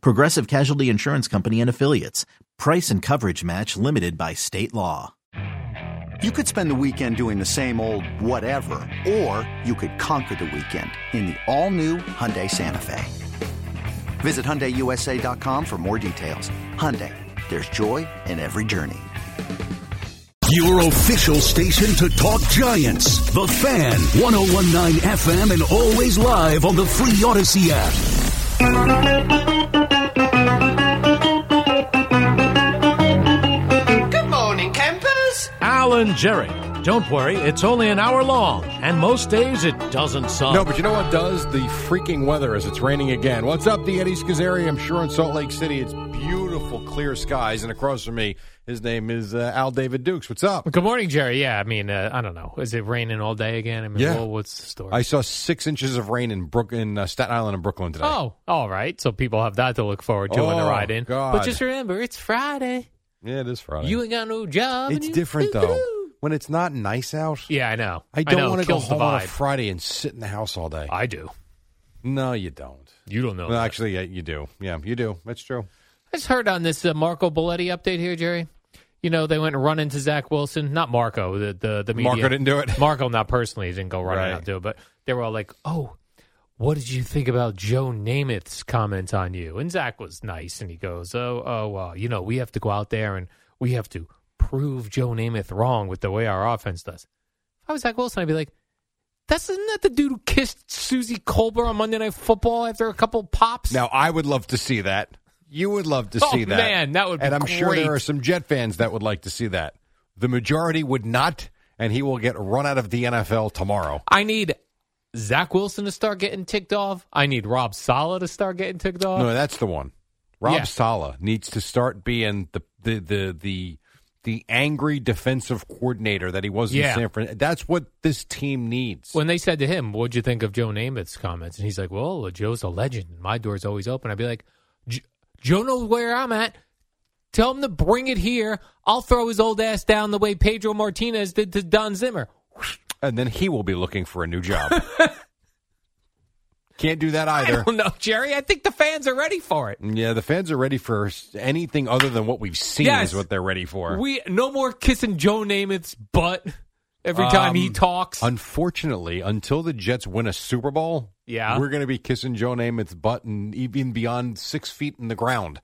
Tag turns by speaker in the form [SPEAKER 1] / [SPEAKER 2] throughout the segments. [SPEAKER 1] Progressive Casualty Insurance Company and Affiliates. Price and coverage match limited by state law.
[SPEAKER 2] You could spend the weekend doing the same old whatever, or you could conquer the weekend in the all-new Hyundai Santa Fe. Visit HyundaiUSA.com for more details. Hyundai, there's joy in every journey.
[SPEAKER 3] Your official station to talk giants. The Fan, 1019 FM, and always live on the free Odyssey app.
[SPEAKER 4] Good morning, campers.
[SPEAKER 5] Alan Jerry. Don't worry, it's only an hour long, and most days it doesn't suck.
[SPEAKER 6] No, but you know what does? The freaking weather as it's raining again. What's up, the Eddie Schizzeri? I'm sure in Salt Lake City it's beautiful, clear skies. And across from me, his name is uh, Al David Dukes. What's up?
[SPEAKER 7] Good morning, Jerry. Yeah, I mean, uh, I don't know. Is it raining all day again? I mean,
[SPEAKER 6] Yeah.
[SPEAKER 7] well, what's the story?
[SPEAKER 6] I saw six inches of rain in Brook in uh, Staten Island and Brooklyn today.
[SPEAKER 7] oh, all right. So people have that to look forward to when they
[SPEAKER 6] Oh,
[SPEAKER 7] ride in.
[SPEAKER 6] God.
[SPEAKER 7] But just remember, it's Friday.
[SPEAKER 6] Yeah, it is Friday.
[SPEAKER 7] You ain't got no job. and
[SPEAKER 6] it's
[SPEAKER 7] you-
[SPEAKER 6] different though. When it's not nice out,
[SPEAKER 7] Yeah, I know.
[SPEAKER 6] I don't
[SPEAKER 7] know, it
[SPEAKER 6] want to go
[SPEAKER 7] kills the
[SPEAKER 6] home on a
[SPEAKER 7] vibe. Uh,
[SPEAKER 6] Friday and sit in the house all day.
[SPEAKER 7] I do.
[SPEAKER 6] no, you don't.
[SPEAKER 7] You don't know.
[SPEAKER 6] Well,
[SPEAKER 7] that.
[SPEAKER 6] actually, yeah, you do. Yeah, you do. That's true.
[SPEAKER 7] I just heard on this uh, Marco Belletti update here, Jerry. You know, they went and run into Zach Wilson. Not Marco, the the, the media.
[SPEAKER 6] Marco didn't do it.
[SPEAKER 7] Marco, not personally, didn't go running
[SPEAKER 6] Right.
[SPEAKER 7] out to it. But they were all like, oh, what did you think about Joe Namath's comment on you? And Zach was nice, and he goes, oh, oh, well, you know, we have to go out there and we have to prove Joe Namath wrong with the way our offense does. If I was Zach Wilson, I'd be like, that's isn't that the dude who kissed Susie Colbert on Monday Night Football after a couple pops?
[SPEAKER 6] Now, I would love to see that. You would love to
[SPEAKER 7] Oh,
[SPEAKER 6] see that.
[SPEAKER 7] man, that would be
[SPEAKER 6] And I'm sure there
[SPEAKER 7] great.
[SPEAKER 6] are some Jet fans that would like to see that. The majority would not, and he will get run out of the NFL tomorrow.
[SPEAKER 7] I need Zach Wilson to start getting ticked off. I need Rob Sala to start getting ticked off.
[SPEAKER 6] no, that's the one. Rob
[SPEAKER 7] Uh, Yeah.
[SPEAKER 6] Sala needs to start being the the the the, the angry defensive coordinator that he was
[SPEAKER 7] Yeah.
[SPEAKER 6] in San Fran. That's what this team needs.
[SPEAKER 7] when they said to him, "What'd you think of Joe Namath's comments?" and he's like, "Well, Joe's a legend. My door's always open." I'd be like, "J- "Joe knows where I'm at. Tell him to bring it here. I'll throw his old ass down the way Pedro Martinez did to Don Zimmer."
[SPEAKER 6] and then he will be looking for a new job. Can't do that
[SPEAKER 7] I
[SPEAKER 6] either.
[SPEAKER 7] don't know, Jerry. I think the fans are ready for it.
[SPEAKER 6] Yeah, the fans are ready for anything other than what we've seen
[SPEAKER 7] Yes.
[SPEAKER 6] is what they're ready for.
[SPEAKER 7] We no more kissing Joe Namath's butt every time he
[SPEAKER 6] Um,
[SPEAKER 7] talks.
[SPEAKER 6] Unfortunately, until the Jets win a Super Bowl,
[SPEAKER 7] Yeah.
[SPEAKER 6] we're going to be kissing Joe Namath's butt and even beyond six feet in the ground.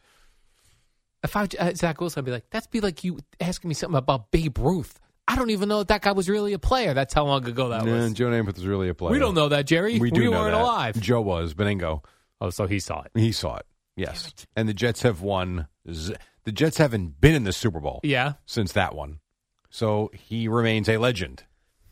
[SPEAKER 7] If I uh, Zach Wilson, I'd be like, that's be like you asking me something about Babe Ruth. I don't even know if that guy was really a player. That's how long ago Oh, that
[SPEAKER 6] Nah,
[SPEAKER 7] was.
[SPEAKER 6] Joe Namath was really a player.
[SPEAKER 7] We don't know that, Jerry.
[SPEAKER 6] We do know
[SPEAKER 7] weren't
[SPEAKER 6] that.
[SPEAKER 7] alive.
[SPEAKER 6] Joe was, Beningo.
[SPEAKER 7] Oh, so he saw it.
[SPEAKER 6] He saw it. Yes, and the Jets have won. z- The Jets haven't been in the Super Bowl
[SPEAKER 7] Yeah.
[SPEAKER 6] since that one, so he remains a legend.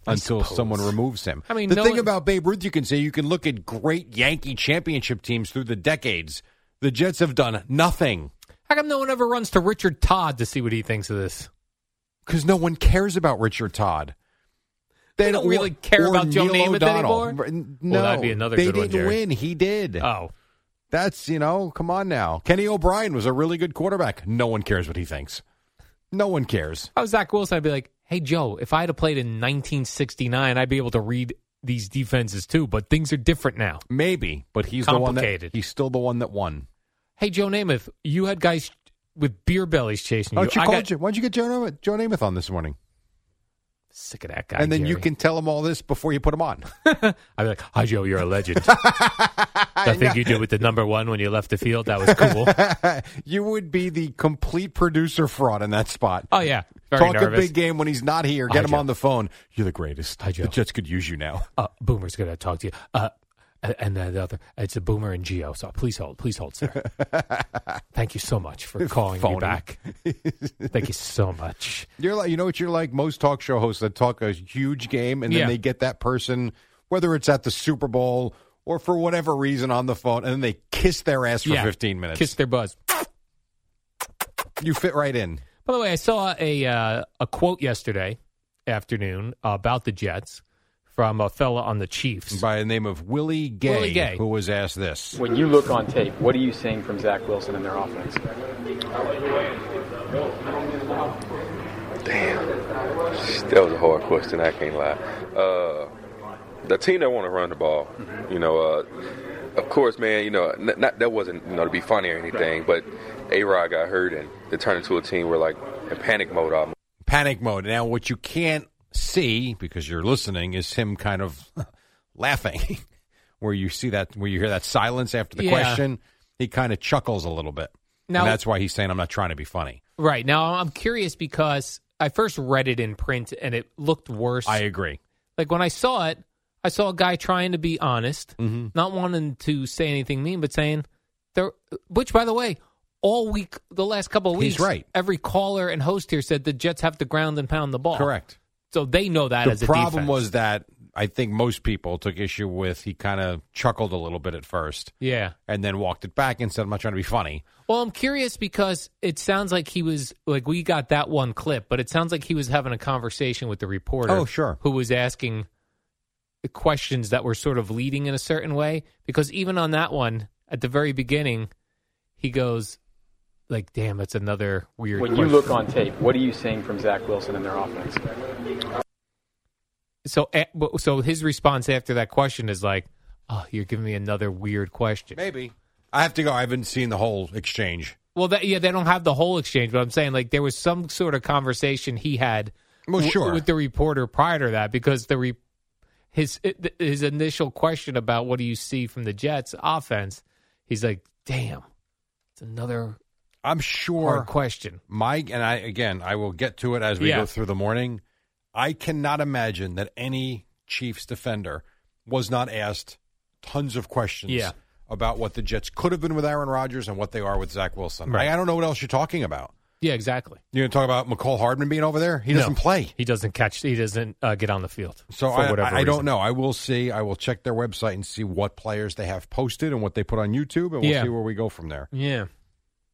[SPEAKER 7] I
[SPEAKER 6] Until
[SPEAKER 7] suppose.
[SPEAKER 6] someone removes him.
[SPEAKER 7] I mean,
[SPEAKER 6] the
[SPEAKER 7] no
[SPEAKER 6] thing
[SPEAKER 7] one-
[SPEAKER 6] about Babe Ruth, you can say you can look at great Yankee championship teams through the decades. The Jets have done nothing.
[SPEAKER 7] How come no one ever runs to Richard Todd to see what he thinks of this?
[SPEAKER 6] because no one cares about Richard Todd.
[SPEAKER 7] They don't really care
[SPEAKER 6] or
[SPEAKER 7] about Joe
[SPEAKER 6] Neil
[SPEAKER 7] Namath
[SPEAKER 6] O'Donnell.
[SPEAKER 7] anymore?
[SPEAKER 6] R- No,
[SPEAKER 7] Well, that'd be another
[SPEAKER 6] they
[SPEAKER 7] good one,
[SPEAKER 6] didn't
[SPEAKER 7] Jerry.
[SPEAKER 6] win. He did.
[SPEAKER 7] Oh,
[SPEAKER 6] That's you know, come on now. Kenny O'Brien was a really good quarterback. No one cares what he thinks. No one cares.
[SPEAKER 7] if I was Zach Wilson, I'd be like, hey, Joe, if I had played in 1969, I'd be able to read these defenses too, but things are different now.
[SPEAKER 6] Maybe, but he's the one that
[SPEAKER 7] Complicated.
[SPEAKER 6] he's still the one that won.
[SPEAKER 7] Hey, Joe Namath, you had guys with beer bellies chasing
[SPEAKER 6] Why
[SPEAKER 7] you.
[SPEAKER 6] don't you,
[SPEAKER 7] I
[SPEAKER 6] call
[SPEAKER 7] got
[SPEAKER 6] Joe- why don't Oh, you get Joe Namath, Joe Namath on this morning,
[SPEAKER 7] sick of that guy.
[SPEAKER 6] and then you
[SPEAKER 7] Jerry.
[SPEAKER 6] can tell him all this before you put him on.
[SPEAKER 7] I'd be like, hi, Joe, you're a legend. I think you did with the number one when you left the field. That was cool.
[SPEAKER 6] you would be the complete producer fraud in that spot.
[SPEAKER 7] oh, yeah. Very
[SPEAKER 6] Talk
[SPEAKER 7] nervous.
[SPEAKER 6] a big game when he's not here. Get
[SPEAKER 7] Hi,
[SPEAKER 6] him
[SPEAKER 7] Joe.
[SPEAKER 6] on the phone. You're the greatest.
[SPEAKER 7] Hi, Joe.
[SPEAKER 6] The Jets could use you now.
[SPEAKER 7] uh, Boomer's going to talk to you. Uh, and then the other, it's a Boomer and Geo. So please hold, please hold, sir. Thank you so much for calling
[SPEAKER 6] Phony.
[SPEAKER 7] me back. Thank you so much.
[SPEAKER 6] You're like, you know what you're like. Most talk show hosts that talk a huge game, and then
[SPEAKER 7] Yeah.
[SPEAKER 6] they get that person, whether it's at the Super Bowl or for whatever reason on the phone, and then they kiss their ass for
[SPEAKER 7] Yeah.
[SPEAKER 6] 15 minutes.
[SPEAKER 7] Kiss their buzz.
[SPEAKER 6] You fit right in.
[SPEAKER 7] By the way, I saw a uh, a quote yesterday afternoon about the Jets from a fella on the Chiefs.
[SPEAKER 6] By the name of Willie Gay,
[SPEAKER 7] Willie Gay.
[SPEAKER 6] who was asked this.
[SPEAKER 8] When you look on tape, what are you seeing from Zach Wilson and their offense?
[SPEAKER 9] That was a hard question. I can't lie. Uh, the team that want to run the ball, you know, uh, of course, man, you know, n- not that wasn't you know to be funny or anything, but A Rod got hurt and it turned into a team where like in panic mode almost.
[SPEAKER 6] Panic mode. Now, what you can't see because you're listening is him kind of laughing, where you see that, where you hear that silence after the
[SPEAKER 7] Yeah.
[SPEAKER 6] question. He kind of chuckles a little bit.
[SPEAKER 7] Now-
[SPEAKER 6] and that's why he's saying, "I'm not trying to be funny."
[SPEAKER 7] Right now, I'm curious because I first read it in print and it looked worse.
[SPEAKER 6] I agree.
[SPEAKER 7] like when I saw it, I saw a guy trying to be honest,
[SPEAKER 6] Mm-hmm.
[SPEAKER 7] not wanting to say anything mean, but saying, there, which by the way, all week, the last couple of
[SPEAKER 6] He's
[SPEAKER 7] weeks,
[SPEAKER 6] right.
[SPEAKER 7] every caller and host here said the Jets have to ground and pound the ball.
[SPEAKER 6] Correct.
[SPEAKER 7] So they know Oh, that as
[SPEAKER 6] the
[SPEAKER 7] a
[SPEAKER 6] problem
[SPEAKER 7] defense.
[SPEAKER 6] was that I think most people took issue with he kind of chuckled a little bit at first
[SPEAKER 7] Yeah.
[SPEAKER 6] and then walked it back and said, "I'm not trying to be funny."
[SPEAKER 7] Well, I'm curious because it sounds like he was like we got that one clip, but it sounds like he was having a conversation with the reporter.
[SPEAKER 6] Oh, sure.
[SPEAKER 7] Who was asking the questions that were sort of leading in a certain way because even on that one at the very beginning, he goes like, "Damn, that's another weird."
[SPEAKER 8] When you
[SPEAKER 7] question."
[SPEAKER 8] look on tape, what are you seeing from Zach Wilson and their offense?
[SPEAKER 7] so eh, but- so his response after that question is like, "Oh, you're giving me another weird question."
[SPEAKER 6] Maybe I have to go. I haven't seen the whole exchange.
[SPEAKER 7] Well, that, yeah, they don't have the whole exchange, but I'm saying like there was some sort of conversation he had.
[SPEAKER 6] Well,
[SPEAKER 7] w-
[SPEAKER 6] Oh, sure.
[SPEAKER 7] with the reporter prior to that because the re- his his initial question about what do you see from the Jets offense, he's like, "Damn, it's another
[SPEAKER 6] I'm
[SPEAKER 7] hard
[SPEAKER 6] sure
[SPEAKER 7] question."
[SPEAKER 6] my and I again. I will get to it as we
[SPEAKER 7] Yeah.
[SPEAKER 6] go through the morning. I cannot imagine that any Chiefs defender was not asked tons of questions
[SPEAKER 7] Yeah.
[SPEAKER 6] about what the Jets could have been with Aaron Rodgers and what they are with Zach Wilson.
[SPEAKER 7] Right.
[SPEAKER 6] I, I don't know what else you're talking about.
[SPEAKER 7] Yeah, exactly.
[SPEAKER 6] You're going to talk about McCall Hardman being over there? He doesn't
[SPEAKER 7] No.
[SPEAKER 6] play.
[SPEAKER 7] He doesn't catch. He doesn't uh, get on the field.
[SPEAKER 6] So
[SPEAKER 7] for
[SPEAKER 6] I,
[SPEAKER 7] whatever
[SPEAKER 6] I, I don't
[SPEAKER 7] reason.
[SPEAKER 6] know. I will see. I will check their website and see what players they have posted and what they put on YouTube, and we'll
[SPEAKER 7] Yeah.
[SPEAKER 6] see where we go from there.
[SPEAKER 7] Yeah,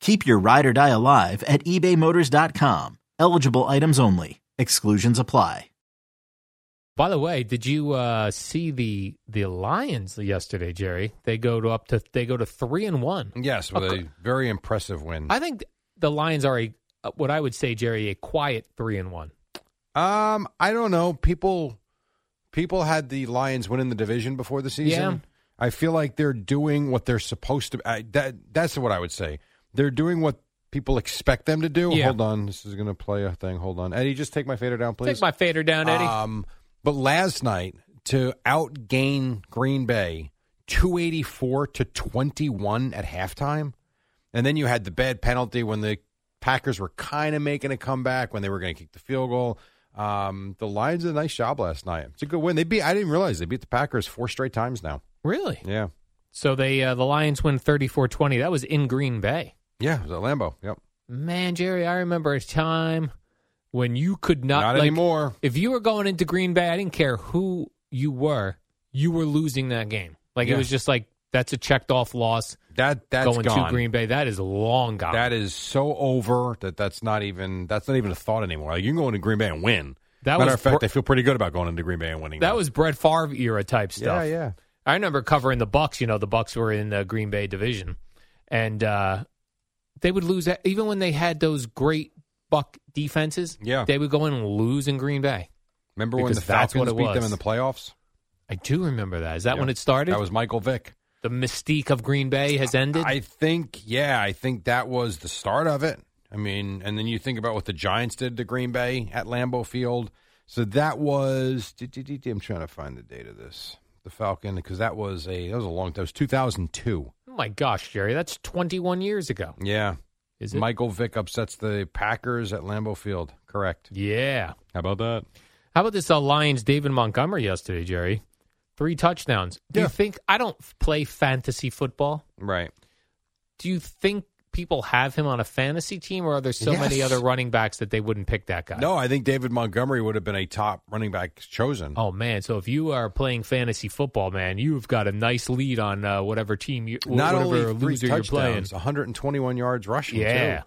[SPEAKER 1] Keep your ride or die alive at ebaymotors.com. Eligible items only. Exclusions apply.
[SPEAKER 7] By the way, did you uh, see the the Lions yesterday, Jerry? They go to up to they go to three and one.
[SPEAKER 6] Yes, with a very impressive win.
[SPEAKER 7] I think the Lions are a uh, what I would say, Jerry, a quiet three and one.
[SPEAKER 6] um, I don't know. People, people had the Lions winning the division before the season.
[SPEAKER 7] Yeah.
[SPEAKER 6] I feel like they're doing what they're supposed to. I, that that's what I would say. They're doing what people expect them to do.
[SPEAKER 7] Yeah.
[SPEAKER 6] Hold on, this is going to play a thing. Hold on, Eddie, just take my fader down, please.
[SPEAKER 7] Take my fader down, Eddie.
[SPEAKER 6] Um, but last night to outgain Green Bay 284 to 21 at halftime. And then you had the bad penalty when the Packers were kind of making a comeback when they were going to kick the field goal. Um, the Lions did a nice job last night. It's a good win. They beat. I didn't realize they beat the Packers four straight times now.
[SPEAKER 7] really?
[SPEAKER 6] Yeah,
[SPEAKER 7] So they uh, the Lions win 34-20. That was in Green Bay.
[SPEAKER 6] yeah. It was at Lambeau. Yep.
[SPEAKER 7] Man, Jerry, I remember a time when you could not,
[SPEAKER 6] Not,
[SPEAKER 7] like,
[SPEAKER 6] anymore.
[SPEAKER 7] If you were going into Green Bay, I didn't care who you were, you were losing that game. Like
[SPEAKER 6] Yeah.
[SPEAKER 7] it was just like that's a checked off loss
[SPEAKER 6] That that's
[SPEAKER 7] going
[SPEAKER 6] gone.
[SPEAKER 7] to Green Bay. That is long gone.
[SPEAKER 6] That is so over that that's not even that's not even a thought anymore. Like you can go into Green Bay and win.
[SPEAKER 7] That
[SPEAKER 6] Matter
[SPEAKER 7] was
[SPEAKER 6] of fact,
[SPEAKER 7] br-
[SPEAKER 6] I feel pretty good about going into Green Bay and winning.
[SPEAKER 7] that
[SPEAKER 6] now.
[SPEAKER 7] was Brett Favre era type
[SPEAKER 6] yeah,
[SPEAKER 7] stuff.
[SPEAKER 6] yeah.
[SPEAKER 7] I remember covering the Bucks. You know, the Bucks were in the Green Bay division, and uh, they would lose that- even when they had those great Buck defenses.
[SPEAKER 6] Yeah.
[SPEAKER 7] they would go in and lose in Green Bay.
[SPEAKER 6] Remember when
[SPEAKER 7] Because
[SPEAKER 6] the
[SPEAKER 7] that's what
[SPEAKER 6] Falcons
[SPEAKER 7] it
[SPEAKER 6] beat them
[SPEAKER 7] was.
[SPEAKER 6] in the playoffs?
[SPEAKER 7] I do remember that. Is that
[SPEAKER 6] Yeah.
[SPEAKER 7] when it started?
[SPEAKER 6] That was Michael Vick.
[SPEAKER 7] the mystique of Green Bay has ended.
[SPEAKER 6] I think, yeah, I think that was the start of it. I mean, and then you think about what the Giants did to Green Bay at Lambeau Field. So that was. I'm trying to find the date of this. The Falcon, because that was a that was a long. That was 2002.
[SPEAKER 7] oh my gosh, Jerry, that's 21 years ago.
[SPEAKER 6] Yeah,
[SPEAKER 7] Is it?
[SPEAKER 6] Michael Vick upsets the Packers at Lambeau Field. Correct.
[SPEAKER 7] Yeah.
[SPEAKER 6] How about that?
[SPEAKER 7] How about this uh, Lions David Montgomery yesterday, Jerry? Three touchdowns. Do
[SPEAKER 6] Yeah.
[SPEAKER 7] you think I don't f- play fantasy football?
[SPEAKER 6] Right.
[SPEAKER 7] Do you think people have him on a fantasy team, or are there so many
[SPEAKER 6] Yes.
[SPEAKER 7] other running backs that they wouldn't pick that guy?
[SPEAKER 6] No, I think David Montgomery would have been a top running back chosen.
[SPEAKER 7] Oh man! So if you are playing fantasy football, man, you've got a nice lead on uh, whatever team you, wh-
[SPEAKER 6] Not
[SPEAKER 7] whatever
[SPEAKER 6] only three
[SPEAKER 7] loser you're playing.
[SPEAKER 6] touchdowns, 121 yards rushing.
[SPEAKER 7] Yeah.
[SPEAKER 6] too.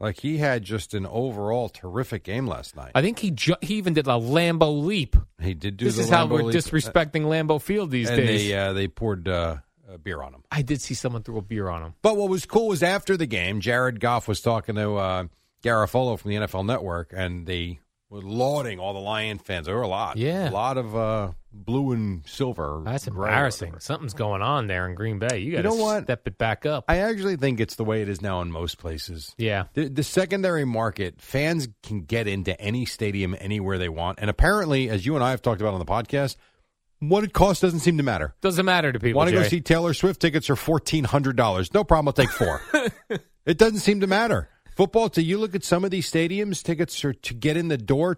[SPEAKER 6] like he had just an overall terrific game last night.
[SPEAKER 7] I think he ju- he even did a Lambo leap.
[SPEAKER 6] he did do.
[SPEAKER 7] This
[SPEAKER 6] the
[SPEAKER 7] is how
[SPEAKER 6] Lambeau
[SPEAKER 7] we're
[SPEAKER 6] leap,
[SPEAKER 7] disrespecting Lambeau Field these
[SPEAKER 6] and
[SPEAKER 7] days.
[SPEAKER 6] they uh, they poured uh, uh, beer on him.
[SPEAKER 7] I did see someone throw a beer on him.
[SPEAKER 6] But what was cool was after the game, Jared Goff was talking to uh, Garofolo from the NFL Network, and they were lauding all the Lion fans. There were a lot,
[SPEAKER 7] Yeah.
[SPEAKER 6] a lot of uh, blue and silver. or
[SPEAKER 7] That's
[SPEAKER 6] gray or
[SPEAKER 7] embarrassing.
[SPEAKER 6] whatever.
[SPEAKER 7] Something's going on there in Green Bay. You got to
[SPEAKER 6] know what?
[SPEAKER 7] step it back up.
[SPEAKER 6] I actually think it's the way it is now in most places.
[SPEAKER 7] yeah.
[SPEAKER 6] The, the secondary market, fans can get into any stadium anywhere they want. And apparently, as you and I have talked about on the podcast, what it costs doesn't seem to matter.
[SPEAKER 7] Doesn't matter to people.
[SPEAKER 6] Want to go
[SPEAKER 7] Jerry.
[SPEAKER 6] see Taylor Swift tickets are $1,400. No problem. I'll take four. it doesn't seem to matter. Football, to you look at some of these stadiums, tickets are to get in the door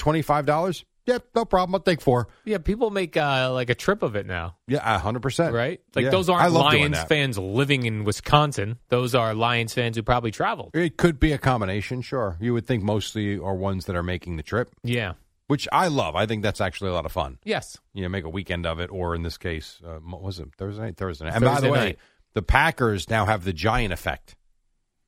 [SPEAKER 6] $225. Yep, no problem. I'll take four.
[SPEAKER 7] Yeah, people make uh, like a trip of it now,
[SPEAKER 6] Yeah, 100%.
[SPEAKER 7] right? Like
[SPEAKER 6] Uh, Yeah.
[SPEAKER 7] those
[SPEAKER 6] I
[SPEAKER 7] aren't
[SPEAKER 6] love doing
[SPEAKER 7] Lions
[SPEAKER 6] that.
[SPEAKER 7] fans living in Wisconsin. Those are Lions fans who probably traveled.
[SPEAKER 6] It could be a combination, sure. You would think mostly are ones that are making the trip,
[SPEAKER 7] Yeah.
[SPEAKER 6] which I love. I think that's actually a lot of fun.
[SPEAKER 7] Yes.
[SPEAKER 6] you know, make a weekend of it, or in this case, uh, what was it Thursday night? Thursday night. And by the
[SPEAKER 7] Thursday
[SPEAKER 6] way,
[SPEAKER 7] night.
[SPEAKER 6] the Packers now have the giant effect.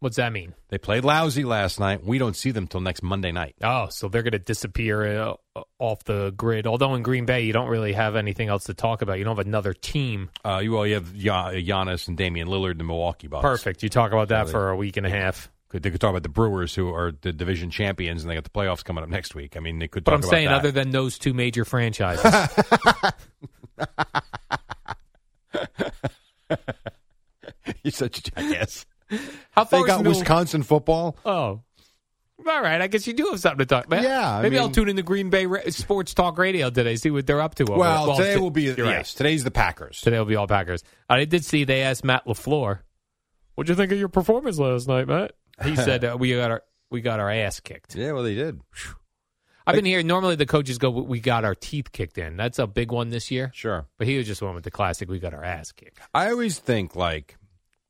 [SPEAKER 7] What's that mean?
[SPEAKER 6] They played lousy last night. We don't see them till next Monday night.
[SPEAKER 7] Oh, so they're going to disappear uh, off the grid. Although in Green Bay, you don't really have anything else to talk about. You don't have another team.
[SPEAKER 6] Uh, you well, you have Gian- Giannis and Damian Lillard, the Milwaukee Bucks.
[SPEAKER 7] Perfect. You talk about that for a week and a half.
[SPEAKER 6] Could, they could talk about the Brewers, who are the division champions, and they got the playoffs coming up next week. I mean, they could.
[SPEAKER 7] But
[SPEAKER 6] talk
[SPEAKER 7] I'm
[SPEAKER 6] about
[SPEAKER 7] saying,
[SPEAKER 6] that.
[SPEAKER 7] other than those two major franchises,
[SPEAKER 6] you're such a jackass.
[SPEAKER 7] how far
[SPEAKER 6] they
[SPEAKER 7] is
[SPEAKER 6] got
[SPEAKER 7] Mil-
[SPEAKER 6] Wisconsin football.
[SPEAKER 7] Oh, all right. I guess you do have something to talk about.
[SPEAKER 6] Yeah, I
[SPEAKER 7] maybe I'll
[SPEAKER 6] mean-
[SPEAKER 7] tune into Green Bay Ra- Sports Talk Radio today, see what they're up to. over-
[SPEAKER 6] Well, today
[SPEAKER 7] t-
[SPEAKER 6] will be yes.
[SPEAKER 7] you're right.
[SPEAKER 6] Today's the Packers.
[SPEAKER 7] Today will be all Packers. I did see they asked Matt Lafleur, "What'd you think of your performance last night, Matt?" He said, uh, "We got our we got our ass kicked."
[SPEAKER 6] Yeah, well, they did.
[SPEAKER 7] I've been hearing normally the coaches go, "We got our teeth kicked in." That's a big one this year.
[SPEAKER 6] Sure.
[SPEAKER 7] But he was just one with the classic, "We got our ass kicked."
[SPEAKER 6] I always think like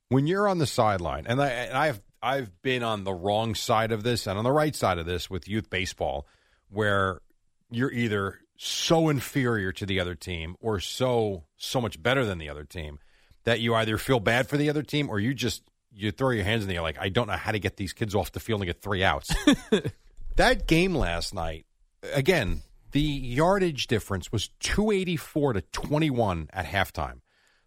[SPEAKER 6] when you're on the sideline, and I and I've I've been on the wrong side of this and on the right side of this with youth baseball, where you're either so inferior to the other team or so so much better than the other team that you either feel bad for the other team or you just you throw your hands in the air like I don't know how to get these kids off the field and get three outs. that game last night, again, the yardage difference was 284 to 21 at halftime.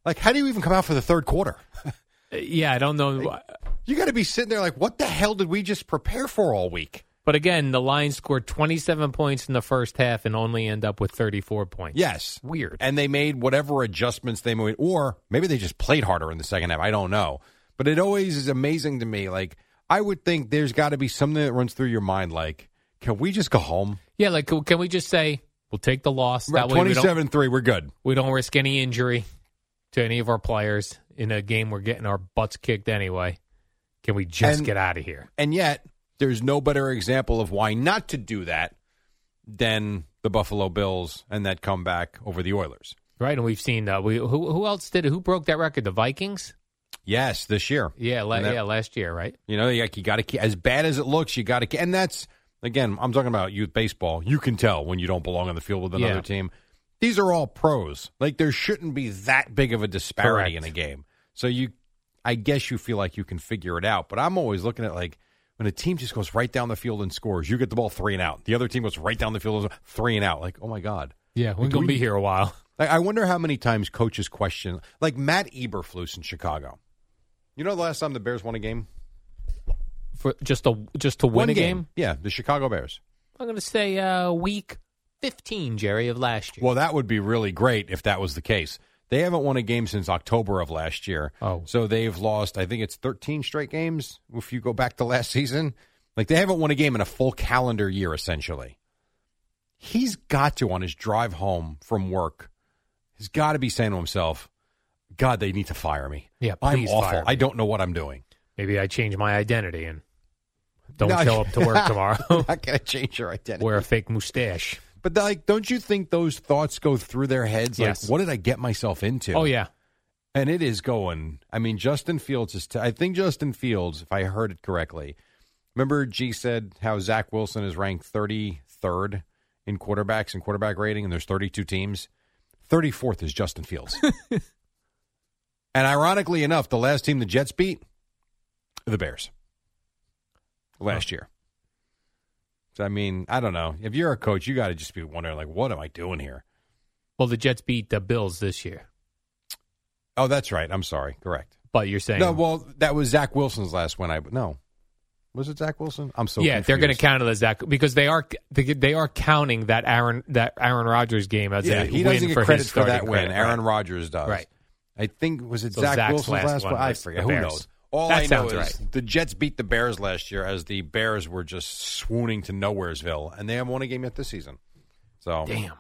[SPEAKER 6] Like, how do you even come out for the third quarter?
[SPEAKER 7] Uh, Yeah, I don't know.
[SPEAKER 6] You got to be sitting there like, what the hell did we just prepare for all week?
[SPEAKER 7] But again, the Lions scored 27 points in the first half and only end up with 34 points.
[SPEAKER 6] Yes.
[SPEAKER 7] Weird.
[SPEAKER 6] And they made whatever adjustments they made, or maybe they just played harder in the second half. I don't know. But it always is amazing to me. Like, I would think there's got to be something that runs through your mind like, can we just go home?
[SPEAKER 7] yeah, like can- can we just say we'll take the loss that way we don't,
[SPEAKER 6] 27 3, we're good.
[SPEAKER 7] we don't risk any injury to any of our players in a game we're getting our butts kicked anyway. Can we just
[SPEAKER 6] And-
[SPEAKER 7] get out of here?
[SPEAKER 6] And yet, there's no better example of why not to do that than the Buffalo Bills and that comeback over the Oilers.
[SPEAKER 7] Right, and we've seen uh, we who who else did it? Who broke that record? The Vikings?
[SPEAKER 6] Yes, this year.
[SPEAKER 7] Yeah, la-
[SPEAKER 6] And that-
[SPEAKER 7] yeah, last year, right?
[SPEAKER 6] You know, you, got to keep as bad as it looks. You got to, and that's again, I'm talking about youth baseball. You can tell when you don't belong on the field with another
[SPEAKER 7] Yeah.
[SPEAKER 6] team. These are all pros. Like there shouldn't be that big of a disparity in a
[SPEAKER 7] Correct.
[SPEAKER 6] game. So you, I guess you feel like you can figure it out. But I'm always looking at like when a team just goes right down the field and scores. You get the ball three and out. The other team goes right down the field and three and out. Like oh my god.
[SPEAKER 7] Yeah, we're gonna be here a while.
[SPEAKER 6] Like, I wonder how many times coaches question, like Matt Eberflus in Chicago. You know, the last time the Bears won a game,
[SPEAKER 7] For just to just to win
[SPEAKER 6] One
[SPEAKER 7] a game,
[SPEAKER 6] yeah, the Chicago Bears.
[SPEAKER 7] I'm gonna say uh, week 15, Jerry, of last year.
[SPEAKER 6] Well, that would be really great if that was the case. They haven't won a game since October of last year.
[SPEAKER 7] Oh.
[SPEAKER 6] So they've lost, I think it's 13 straight games if you go back to last season. Like they haven't won a game in a full calendar year, essentially. He's got to, on his drive home from work, he's got to be saying to himself, God, they need to fire me.
[SPEAKER 7] Yeah,
[SPEAKER 6] I'm
[SPEAKER 7] please
[SPEAKER 6] awful.
[SPEAKER 7] fire me."
[SPEAKER 6] I don't know what I'm doing.
[SPEAKER 7] Maybe I change my identity and don't
[SPEAKER 6] No,
[SPEAKER 7] show up to work tomorrow.
[SPEAKER 6] You're not going to change your identity.
[SPEAKER 7] Wear a fake mustache.
[SPEAKER 6] But like, don't you think those thoughts go through their heads? Like,
[SPEAKER 7] Yes.
[SPEAKER 6] what did I get myself into?
[SPEAKER 7] Oh, yeah.
[SPEAKER 6] And it is going. I mean, Justin Fields is. T- I think Justin Fields, if I heard it correctly, remember G said how Zach Wilson is ranked 33rd in quarterbacks and quarterback rating, and there's 32 teams. 34th is Justin Fields. and ironically enough, the last team the Jets beat, the Bears, last year. So, I mean, I don't know. If you're a coach, you got to just be wondering, like, what am I doing here?
[SPEAKER 7] Well, the Jets beat the Bills this year,
[SPEAKER 6] Oh, that's right. I'm sorry. Correct.
[SPEAKER 7] but you're saying
[SPEAKER 6] No, well, that was Zach Wilson's last one. I no, was it Zach Wilson? I'm so
[SPEAKER 7] yeah, they're going to
[SPEAKER 6] confused.
[SPEAKER 7] count it as that because they are they, they are counting that Aaron that Aaron Rodgers game as
[SPEAKER 6] Yeah,
[SPEAKER 7] a
[SPEAKER 6] he
[SPEAKER 7] win
[SPEAKER 6] doesn't get
[SPEAKER 7] for
[SPEAKER 6] credit
[SPEAKER 7] his
[SPEAKER 6] for that
[SPEAKER 7] starting
[SPEAKER 6] win.
[SPEAKER 7] credit,
[SPEAKER 6] Aaron
[SPEAKER 7] right.
[SPEAKER 6] Rodgers does.
[SPEAKER 7] Right.
[SPEAKER 6] I think was it
[SPEAKER 7] So
[SPEAKER 6] Zach
[SPEAKER 7] Zach's
[SPEAKER 6] Wilson's
[SPEAKER 7] last
[SPEAKER 6] last
[SPEAKER 7] one
[SPEAKER 6] one? I
[SPEAKER 7] was
[SPEAKER 6] forget.
[SPEAKER 7] the
[SPEAKER 6] Who
[SPEAKER 7] Bears.
[SPEAKER 6] knows? All
[SPEAKER 7] That
[SPEAKER 6] I know
[SPEAKER 7] sounds
[SPEAKER 6] is
[SPEAKER 7] right.
[SPEAKER 6] the Jets beat the Bears last year as the Bears were just swooning to nowheresville, and they haven't won a game yet this season. So
[SPEAKER 7] Damn,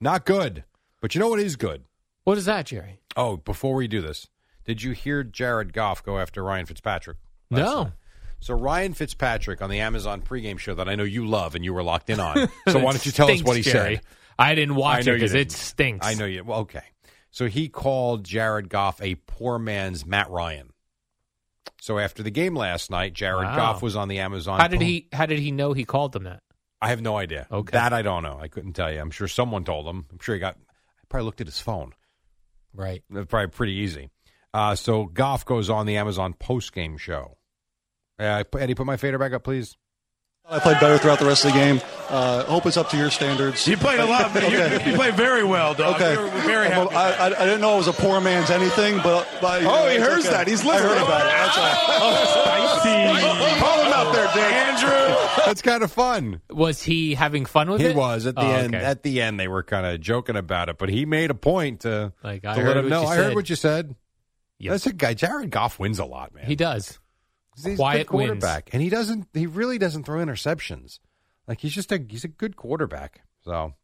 [SPEAKER 6] not good. But you know what is good?
[SPEAKER 7] what is that, Jerry?
[SPEAKER 6] Oh, before we do this, did you hear Jared Goff go after Ryan Fitzpatrick? last
[SPEAKER 7] No.
[SPEAKER 6] night? So Ryan Fitzpatrick on the Amazon pregame show that I know you love and you were locked in on. So
[SPEAKER 7] That
[SPEAKER 6] why don't you tell us
[SPEAKER 7] stinks,
[SPEAKER 6] what he
[SPEAKER 7] Jerry.
[SPEAKER 6] said?
[SPEAKER 7] I didn't
[SPEAKER 6] I know
[SPEAKER 7] watch it
[SPEAKER 6] you
[SPEAKER 7] because it
[SPEAKER 6] didn't.
[SPEAKER 7] stinks.
[SPEAKER 6] I know you. Well, okay. So he called Jared Goff a poor man's Matt Ryan. So after the game last night, Jared
[SPEAKER 7] Wow.
[SPEAKER 6] Goff was on the Amazon.
[SPEAKER 7] How did he? How did he know he called them that?
[SPEAKER 6] I have no idea.
[SPEAKER 7] Okay.
[SPEAKER 6] that I don't know. I couldn't tell you. I'm sure someone told him. I'm sure he got. I probably looked at his phone.
[SPEAKER 7] Right.
[SPEAKER 6] That's probably pretty easy. Uh, so Goff goes on the Amazon post game show. Uh, Eddie, put my fader back up, please.
[SPEAKER 10] I played better throughout the rest of the game. Uh, hope it's up to your standards.
[SPEAKER 11] You played a lot. You, you played very well, dog.
[SPEAKER 10] Okay.
[SPEAKER 11] We were very
[SPEAKER 10] I'm a-
[SPEAKER 11] happy.
[SPEAKER 10] I, I, I didn't know it was a poor man's anything, but. but
[SPEAKER 11] Oh, he
[SPEAKER 10] it's
[SPEAKER 11] hears that. He's listening.
[SPEAKER 10] I heard about it. That's all. Call him out there, Dick.
[SPEAKER 11] Andrew.
[SPEAKER 6] That's kind of fun.
[SPEAKER 7] Was he having fun with
[SPEAKER 6] He
[SPEAKER 7] it?
[SPEAKER 6] was at the
[SPEAKER 7] Oh,
[SPEAKER 6] end.
[SPEAKER 7] okay.
[SPEAKER 6] At the end, they were kind of joking about it, but he made a point to,
[SPEAKER 7] Like,
[SPEAKER 6] to
[SPEAKER 7] I
[SPEAKER 6] let
[SPEAKER 7] heard
[SPEAKER 6] him
[SPEAKER 7] what
[SPEAKER 6] know.
[SPEAKER 7] you
[SPEAKER 6] I
[SPEAKER 7] said."
[SPEAKER 6] heard what you said.
[SPEAKER 7] Yep.
[SPEAKER 6] That's a guy. Jared Goff wins a lot, man.
[SPEAKER 7] he does.
[SPEAKER 6] He's a good
[SPEAKER 7] Quiet wins.
[SPEAKER 6] quarterback, and he doesn't. He really doesn't throw interceptions. Like he's just a he's a good quarterback. So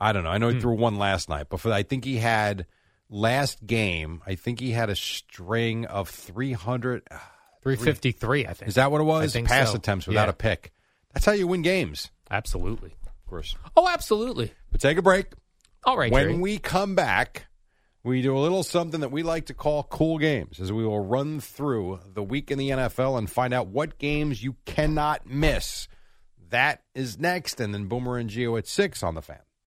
[SPEAKER 6] I don't know. I know
[SPEAKER 7] Hmm.
[SPEAKER 6] he threw one last night, but for, I think he had last game. I think he had a string of three hundred.
[SPEAKER 7] Three fifty three. I think
[SPEAKER 6] Is that what it was?
[SPEAKER 7] I think
[SPEAKER 6] Pass
[SPEAKER 7] so.
[SPEAKER 6] attempts without
[SPEAKER 7] Yeah.
[SPEAKER 6] a pick. That's how you win games.
[SPEAKER 7] absolutely.
[SPEAKER 6] Of course.
[SPEAKER 7] Oh, absolutely.
[SPEAKER 6] But take a break.
[SPEAKER 7] All right,
[SPEAKER 6] when
[SPEAKER 7] Jerry.
[SPEAKER 6] we come back, we do a little something that we like to call cool games, as we will run through the week in the NFL and find out what games you cannot miss. That is next, and then Boomer and Geo at six on the fan.